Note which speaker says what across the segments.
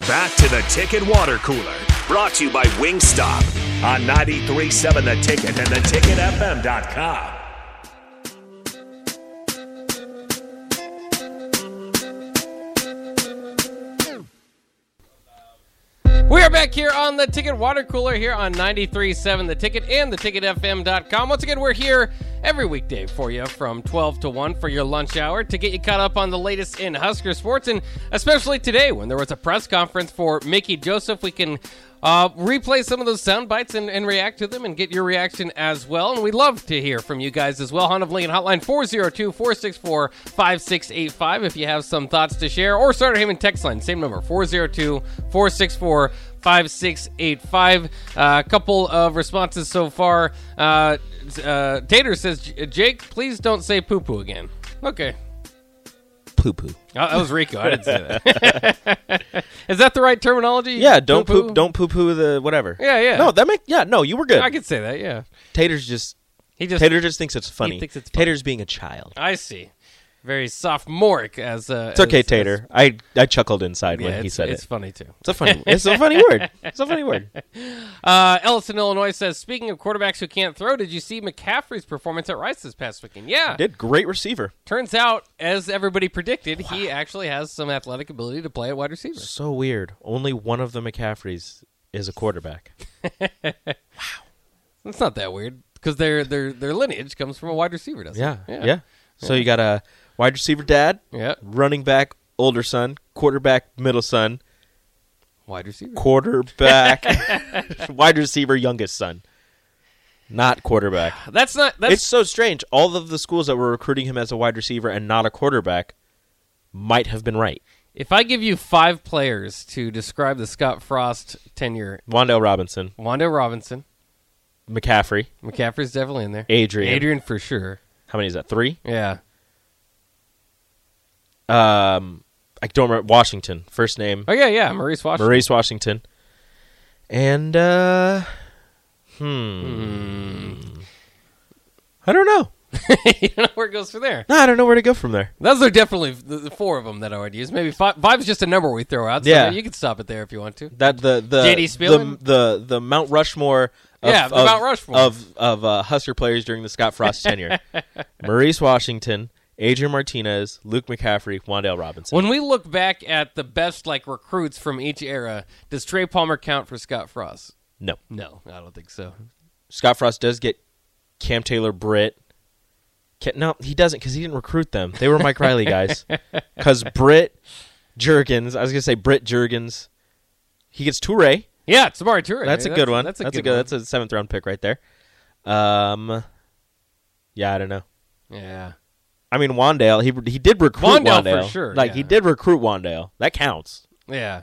Speaker 1: Back to the Ticket Water Cooler, brought to you by Wingstop on 93.7 The Ticket and theticketfm.com.
Speaker 2: We are back here on the Ticket Water Cooler here on 93.7 The Ticket and theticketfm.com. Once again, we're here every weekday for you from 12 to 1 for your lunch hour to get you caught up on the latest in Husker sports. And especially today when there was a press conference for Mickey Joseph, we can uh, replay some of those sound bites and, and react to them and get your reaction as well. And we love to hear from you guys as well. Hunt of Lincoln Hotline 402 464 5685 if you have some thoughts to share. Or Starter Heyman text line, same number 402 464 5685. A Uh, couple of responses so far. Uh, uh, Tater says, "J- Jake, please don't say poo poo again. Okay.
Speaker 3: Poo poo.
Speaker 2: Oh, that was Rico. I didn't say that. Is that the right terminology?
Speaker 3: Yeah, don't
Speaker 2: Poo-poo?
Speaker 3: poop. Don't poo poo the whatever.
Speaker 2: Yeah, yeah.
Speaker 3: No, that make yeah. No, you were good.
Speaker 2: I could say that, yeah.
Speaker 3: Tater's just
Speaker 2: He just
Speaker 3: Tater just thinks it's funny.
Speaker 2: thinks it's
Speaker 3: Tater's being a child.
Speaker 2: I see. Very sophomoric as uh,
Speaker 3: It's okay,
Speaker 2: as- as-
Speaker 3: Tater. I I chuckled inside
Speaker 2: yeah,
Speaker 3: when he
Speaker 2: it's-
Speaker 3: said
Speaker 2: it's
Speaker 3: it.
Speaker 2: funny too.
Speaker 3: It's a funny. It's a funny word. It's a funny word.
Speaker 2: Uh, Ellison, Illinois says, speaking of quarterbacks who can't throw, did you see McCaffrey's performance at Rice this past weekend? Yeah.
Speaker 3: Did great receiver.
Speaker 2: Turns out, as everybody predicted, he actually has some athletic ability to play at wide receiver.
Speaker 3: So weird. Only one of the McCaffreys is a quarterback.
Speaker 2: It's not that weird because their their their lineage comes from a wide receiver, doesn't
Speaker 3: Yeah.
Speaker 2: it?
Speaker 3: Yeah. So you got a wide receiver dad,
Speaker 2: Yeah.
Speaker 3: running back older son, quarterback middle son,
Speaker 2: Wide receiver.
Speaker 3: quarterback wide receiver youngest son. Not quarterback.
Speaker 2: That's not that's
Speaker 3: it's so strange. All of the schools that were recruiting him as a wide receiver and not a quarterback might have been right.
Speaker 2: if I give you five players to describe the Scott Frost tenure,
Speaker 3: Wandell Robinson,
Speaker 2: Wanda Robinson,
Speaker 3: McCaffrey,
Speaker 2: McCaffrey's definitely in there.
Speaker 3: Adrian.
Speaker 2: Adrian for sure.
Speaker 3: How many is that? Three.
Speaker 2: Yeah.
Speaker 3: Um, I don't remember Washington first name.
Speaker 2: Oh yeah, yeah. Maurice Washington.
Speaker 3: Maurice Washington. And uh hmm. I don't know.
Speaker 2: you know where it goes from there.
Speaker 3: No, I don't know where to go from there.
Speaker 2: Those are definitely the, the four of them that I would use. Maybe five. Five's just a number we throw out. So
Speaker 3: Yeah.
Speaker 2: you can stop it there if you want to.
Speaker 3: That the the
Speaker 2: J.D. Spielman?
Speaker 3: the, the the Mount Rushmore of,
Speaker 2: Yeah, the
Speaker 3: of-
Speaker 2: Mount Rushmore.
Speaker 3: of of uh, Husker players during the Scott Frost tenure. Maurice Washington, Adrian Martinez, Luke McCaffrey, Wandale Robinson.
Speaker 2: When we look back at the best like recruits from each era, does Trey Palmer count for Scott Frost?
Speaker 3: No.
Speaker 2: No, I don't think so.
Speaker 3: Scott Frost does get Cam Taylor Britt. Ca- No, he doesn't because he didn't recruit them. They were Mike Riley guys. Because Britt Jurgens, I was gonna say Britt Jurgens, he gets Toure.
Speaker 2: Yeah, Samari Toure.
Speaker 3: That's a
Speaker 2: man.
Speaker 3: good one.
Speaker 2: That's a good.
Speaker 3: That's a seventh round pick right there. Um, yeah, I don't know.
Speaker 2: one. yeah.
Speaker 3: I mean, Wandale. He he did recruit
Speaker 2: Wandale
Speaker 3: Wandale,
Speaker 2: for sure,
Speaker 3: Like he
Speaker 2: yeah.
Speaker 3: did recruit Wandale. That counts.
Speaker 2: Yeah.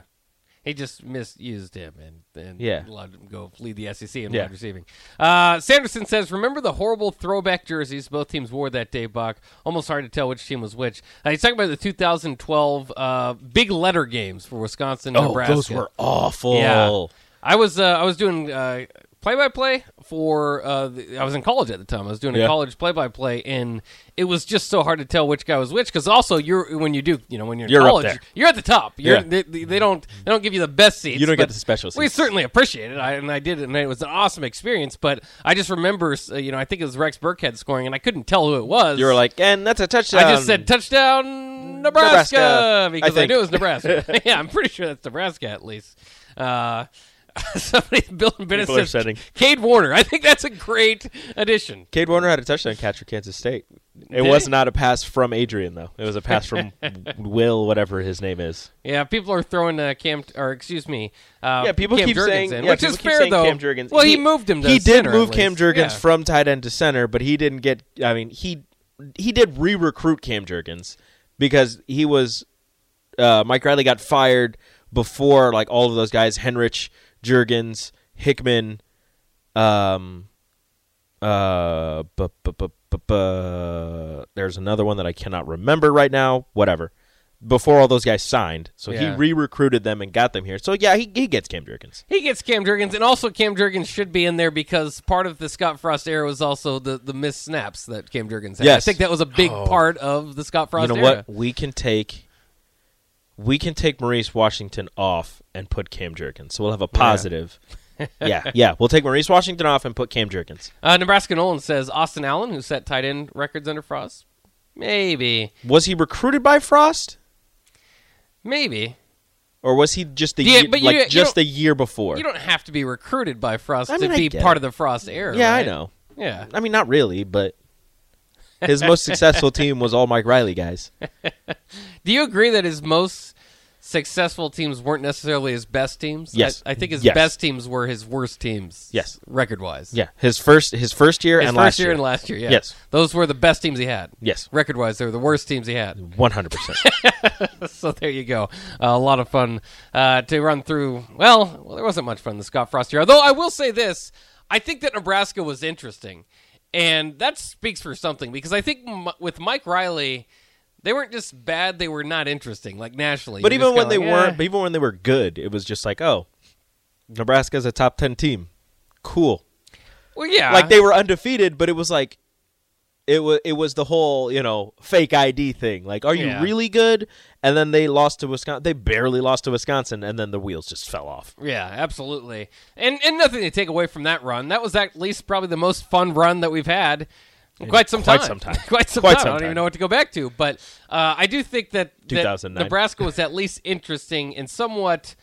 Speaker 2: He just misused him and, and
Speaker 3: Yeah.
Speaker 2: allowed him to go lead the SEC in
Speaker 3: Yeah.
Speaker 2: wide receiving. Uh, Sanderson says, Remember the horrible throwback jerseys both teams wore that day, Buck? Almost hard to tell which team was which. Uh, he's talking about the 2012 uh, big letter games for Wisconsin and Oh, Nebraska.
Speaker 3: Oh, those were awful.
Speaker 2: Yeah. I was uh, I was doing uh, play-by-play for uh, the, I was in college at the time. I was doing a
Speaker 3: Yeah.
Speaker 2: college play-by-play, and it was just so hard to tell which guy was which because also you're when you do you know when you're in
Speaker 3: You're up
Speaker 2: college
Speaker 3: there.
Speaker 2: you're at the top. You're,
Speaker 3: Yeah.
Speaker 2: they, they they don't they don't give you the best seats.
Speaker 3: You don't get
Speaker 2: but
Speaker 3: the special
Speaker 2: We
Speaker 3: seats.
Speaker 2: certainly appreciate it, I, and I did, it, and it was an awesome experience. But I just remember uh, you know I think it was Rex Burkhead scoring, and I couldn't tell who it was.
Speaker 3: You were like, and that's a touchdown.
Speaker 2: I just said touchdown Nebraska,
Speaker 3: Um, Nebraska, I
Speaker 2: because I,
Speaker 3: think.
Speaker 2: knew it was Nebraska. yeah, I'm pretty sure that's Nebraska at least. Uh, somebody Bill and Bennett
Speaker 3: People are
Speaker 2: says
Speaker 3: setting.
Speaker 2: Cade Warner. I think that's a great addition.
Speaker 3: Cade Warner had a touchdown catch for Kansas State. It
Speaker 2: Did
Speaker 3: was
Speaker 2: he?
Speaker 3: not a pass from Adrian though. It was a pass from Will, whatever his name is.
Speaker 2: Yeah, people are throwing uh, Cam or excuse me. Uh,
Speaker 3: Yeah, people
Speaker 2: Cam
Speaker 3: keep
Speaker 2: Jurgens
Speaker 3: saying,
Speaker 2: in,
Speaker 3: yeah,
Speaker 2: which
Speaker 3: people
Speaker 2: is
Speaker 3: keep
Speaker 2: fair
Speaker 3: saying
Speaker 2: though.
Speaker 3: Cam Jurgens.
Speaker 2: Well, he, moved him. To
Speaker 3: he
Speaker 2: center,
Speaker 3: did move
Speaker 2: at
Speaker 3: Cam
Speaker 2: least.
Speaker 3: Jurgens
Speaker 2: Yeah.
Speaker 3: from tight end to center, but he didn't get. I mean, he he did re-recruit Cam Jurgens because he was uh, Mike Riley got fired before like all of those guys: Henrich, Jurgens, Hickman, um, uh, bu- bu- bu- bu- bu- there's another one that I cannot remember right now. Whatever. Before all those guys signed, so
Speaker 2: Yeah.
Speaker 3: he re-recruited them and got them here. So yeah, he, he gets Cam Jurgens.
Speaker 2: He gets Cam Jurgens, and also Cam Jurgens should be in there because part of the Scott Frost era was also the the missed snaps that Cam Jurgens had.
Speaker 3: Yes. Oh.
Speaker 2: I think that was a big part of the Scott Frost
Speaker 3: you know
Speaker 2: era.
Speaker 3: what? We can take we can take Maurice Washington off and put Cam Jerkins. So we'll have a positive. Yeah, yeah. We'll take Maurice Washington off and put Cam Jerkins.
Speaker 2: Uh, Nebraska Nolan says Austin Allen, who set tight end records under Frost. Maybe.
Speaker 3: Was he recruited by Frost?
Speaker 2: Maybe.
Speaker 3: Or was he just the
Speaker 2: Yeah,
Speaker 3: year,
Speaker 2: but you-
Speaker 3: like
Speaker 2: you don't-
Speaker 3: just the year before?
Speaker 2: You don't have to be recruited by Frost
Speaker 3: I mean,
Speaker 2: to
Speaker 3: I
Speaker 2: be
Speaker 3: get
Speaker 2: part
Speaker 3: it.
Speaker 2: of the Frost era.
Speaker 3: yeah, I
Speaker 2: right?
Speaker 3: know.
Speaker 2: Yeah.
Speaker 3: I mean, not really, but his most successful team was all Mike Riley guys.
Speaker 2: Do you agree that his most successful teams weren't necessarily his best teams?
Speaker 3: Yes.
Speaker 2: I, I think his
Speaker 3: Yes.
Speaker 2: best teams were his worst teams.
Speaker 3: Yes.
Speaker 2: Record wise.
Speaker 3: Yeah, his first his first year
Speaker 2: His
Speaker 3: and
Speaker 2: first
Speaker 3: last
Speaker 2: year, and last year, yeah.
Speaker 3: Yes.
Speaker 2: Those were the best teams he had.
Speaker 3: Yes.
Speaker 2: Record wise, they were the worst teams he had.
Speaker 3: One hundred percent.
Speaker 2: So there you go. Uh, a lot of fun uh, to run through. Well, well, there wasn't much fun in the Scott Frost era. Though I will say this I think that Nebraska was interesting. And that speaks for something because I think m- with Mike Riley, they weren't just bad, they were not interesting, like nationally.
Speaker 3: But
Speaker 2: You're just
Speaker 3: even when
Speaker 2: kinda
Speaker 3: they
Speaker 2: like,
Speaker 3: weren't,
Speaker 2: "Eh."
Speaker 3: but even when they were good, it was just like, oh, Nebraska's a top ten team. Cool.
Speaker 2: Well, yeah.
Speaker 3: Like they were undefeated, but it was like, it was it was the whole you know fake ID thing. Like, are you
Speaker 2: Yeah.
Speaker 3: really good? And then they lost to Wisconsin. They barely lost to Wisconsin, and then the wheels just fell off.
Speaker 2: Yeah, absolutely. And and nothing to take away from that run. That was at least probably the most fun run that we've had in quite some
Speaker 3: quite
Speaker 2: time.
Speaker 3: some time.
Speaker 2: quite some
Speaker 3: Quite
Speaker 2: time.
Speaker 3: some
Speaker 2: I don't even
Speaker 3: time.
Speaker 2: know what to go back to, but uh, I do think that, that
Speaker 3: 2009.
Speaker 2: Nebraska was at least interesting and somewhat.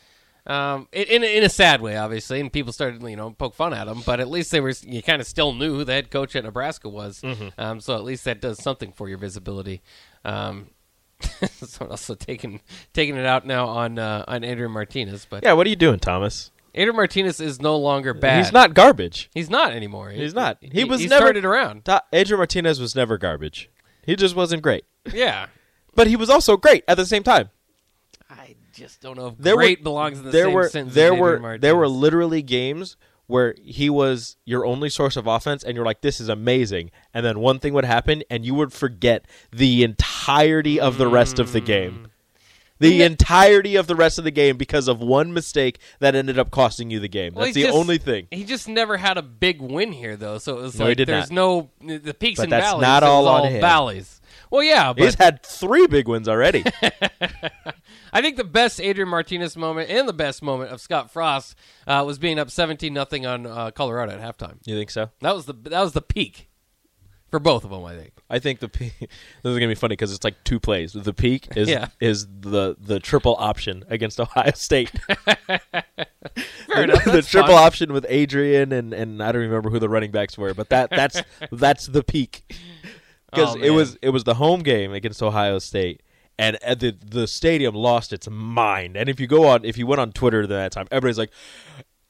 Speaker 2: Um, in- in a- in a sad way, obviously, and people started you know poke fun at him, but at least they were you kind of still knew who the head coach at Nebraska was,
Speaker 3: Mm-hmm.
Speaker 2: um, so at least that does something for your visibility. Um, someone also taking taking it out now on uh, on Andrew Martinez, but
Speaker 3: Yeah, what are you doing, Thomas?
Speaker 2: Adrian Martinez is no longer bad.
Speaker 3: He's not garbage.
Speaker 2: He's not anymore.
Speaker 3: He's not. He was
Speaker 2: he's
Speaker 3: never-
Speaker 2: turned it around.
Speaker 3: Ta- Adrian Martinez was never garbage. He just wasn't great,
Speaker 2: Yeah.
Speaker 3: but he was also great at the same time.
Speaker 2: I just don't know if
Speaker 3: There
Speaker 2: great
Speaker 3: were,
Speaker 2: belongs in the
Speaker 3: there
Speaker 2: same
Speaker 3: were,
Speaker 2: sentence. as
Speaker 3: There
Speaker 2: Adrian
Speaker 3: were
Speaker 2: Martinez.
Speaker 3: there were literally games where he was your only source of offense, and you're like, "This is amazing," and then one thing would happen, and you would forget the entirety of the rest of the
Speaker 2: Mm.
Speaker 3: game. The entirety of the rest of the game because of one mistake that ended up costing you the game.
Speaker 2: Well,
Speaker 3: That's the
Speaker 2: he's just-
Speaker 3: only thing.
Speaker 2: He just never had a big win here, though. So it was
Speaker 3: No, he
Speaker 2: like
Speaker 3: did
Speaker 2: there's no the peaks
Speaker 3: But
Speaker 2: and
Speaker 3: that's
Speaker 2: valleys.
Speaker 3: not
Speaker 2: It was
Speaker 3: all on
Speaker 2: all
Speaker 3: him.
Speaker 2: valleys. Well, yeah, but
Speaker 3: He's had three big wins already.
Speaker 2: I think the best Adrian Martinez moment and the best moment of Scott Frost uh, was being up 17 nothing on uh, Colorado at halftime.
Speaker 3: you think so?
Speaker 2: That was the that was the peak for both of them. I think.
Speaker 3: I think the peak. This is gonna be funny because it's like two plays. The peak is
Speaker 2: Yeah.
Speaker 3: is the the triple option against Ohio State.
Speaker 2: Fair
Speaker 3: the,
Speaker 2: enough.
Speaker 3: the
Speaker 2: that's
Speaker 3: triple
Speaker 2: fine.
Speaker 3: option with Adrian and and I don't remember who the running backs were, but that that's that's the peak because
Speaker 2: Oh,
Speaker 3: it
Speaker 2: man.
Speaker 3: was it was the home game against Ohio State. And uh, the the stadium lost its mind. And if you go on, if you went on Twitter at that time, everybody's like,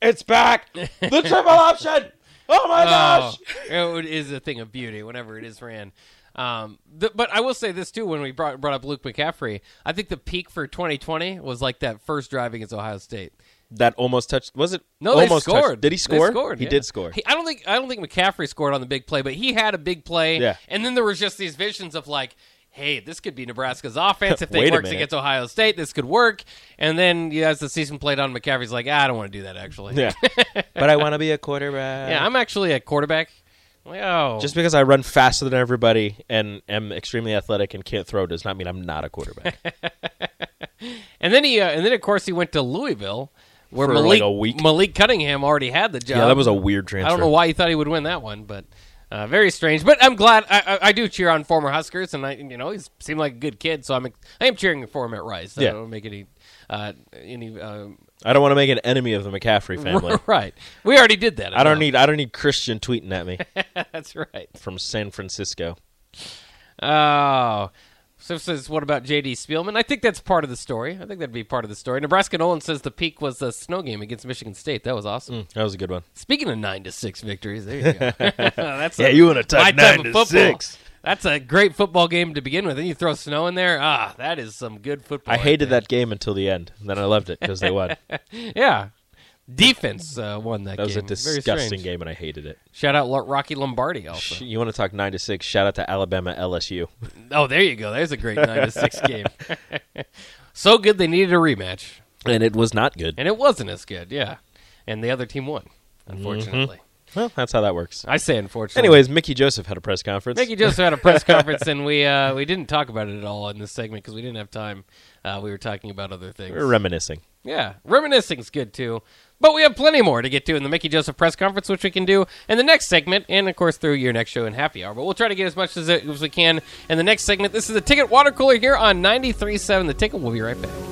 Speaker 3: "It's back, the triple option! Oh my gosh!"
Speaker 2: Oh, it is a thing of beauty whenever it is ran. Um, th- but I will say this too: when we brought brought up Luke McCaffrey, I think the peak for 2020 was like that first drive against Ohio State.
Speaker 3: That almost touched. Was it?
Speaker 2: No, they
Speaker 3: almost touched-
Speaker 2: scored.
Speaker 3: Did he
Speaker 2: They
Speaker 3: score?
Speaker 2: scored,
Speaker 3: He
Speaker 2: yeah.
Speaker 3: did score.
Speaker 2: He- I don't think I don't think McCaffrey scored on the big play, but he had a big play.
Speaker 3: Yeah.
Speaker 2: And then there was just these visions of like, hey, this could be Nebraska's offense if
Speaker 3: Wait
Speaker 2: they
Speaker 3: a
Speaker 2: works
Speaker 3: minute.
Speaker 2: against Ohio State. This could work. And then yeah, as the season played on, McCaffrey's like, ah, I don't want to do that actually.
Speaker 3: Yeah. but I want to be a quarterback.
Speaker 2: Yeah, I'm actually a quarterback. I'm Like, oh,
Speaker 3: just because I run faster than everybody and am extremely athletic and can't throw does not mean I'm not a quarterback.
Speaker 2: And then he, uh, and then of course he went to Louisville, where
Speaker 3: For, like,
Speaker 2: Malik
Speaker 3: a week.
Speaker 2: Malik Cunningham already had the job.
Speaker 3: yeah, that was a weird transfer.
Speaker 2: I don't know why he thought he would win that one, but uh, very strange. But I'm glad I, I, I do cheer on former Huskers, and I, you know, he seemed like a good kid, so I'm I am cheering for him at Rice. I
Speaker 3: Yeah.
Speaker 2: don't make any uh, any um,
Speaker 3: I don't want to make an enemy of the McCaffrey family.
Speaker 2: right. We already did that.
Speaker 3: I don't
Speaker 2: Atlanta.
Speaker 3: need I don't need Christian tweeting at me
Speaker 2: That's right.
Speaker 3: from San Francisco.
Speaker 2: Oh. So says, what about J.D. Spielman? I think that's part of the story. I think that'd be part of the story. Nebraska Nolan says the peak was the snow game against Michigan State. That was awesome.
Speaker 3: That was a good one.
Speaker 2: Speaking of nine to six victories, there you go. That's
Speaker 3: Yeah, you wanna talk
Speaker 2: my
Speaker 3: nine
Speaker 2: of
Speaker 3: to
Speaker 2: football.
Speaker 3: six.
Speaker 2: That's a great football game to begin with. Then you throw snow in there. Ah, that is some good football.
Speaker 3: I
Speaker 2: think.
Speaker 3: hated that game until the end. and Then I loved it because they won. That
Speaker 2: Yeah, defense uh, won that.
Speaker 3: was a
Speaker 2: game. Very
Speaker 3: disgusting
Speaker 2: strange.
Speaker 3: game, and I hated it.
Speaker 2: Shout out Lo- Rocky Lombardi. Also,
Speaker 3: You want to talk nine to six? Shout out to Alabama LSU.
Speaker 2: oh, there you go. There's a great nine to six game. so good they needed a rematch,
Speaker 3: and it was not good.
Speaker 2: and it wasn't as good. Yeah, and the other team won, unfortunately.
Speaker 3: Well, that's how that works.
Speaker 2: I say unfortunately.
Speaker 3: Mm-hmm. Anyways, Mickey Joseph had a press conference.
Speaker 2: Mickey Joseph had a press conference, and we uh, we didn't talk about it at all in this segment because we didn't have time. Uh, we were talking about other things.
Speaker 3: We're reminiscing.
Speaker 2: Yeah, reminiscing's good too. But we have plenty more to get to in the Mickey Joseph press conference, which we can do in the next segment, and of course through your next show and happy hour. But we'll try to get as much as, as we can in the next segment. This is the Ticket Water Cooler here on 93.7 The Ticket. We'll be right back.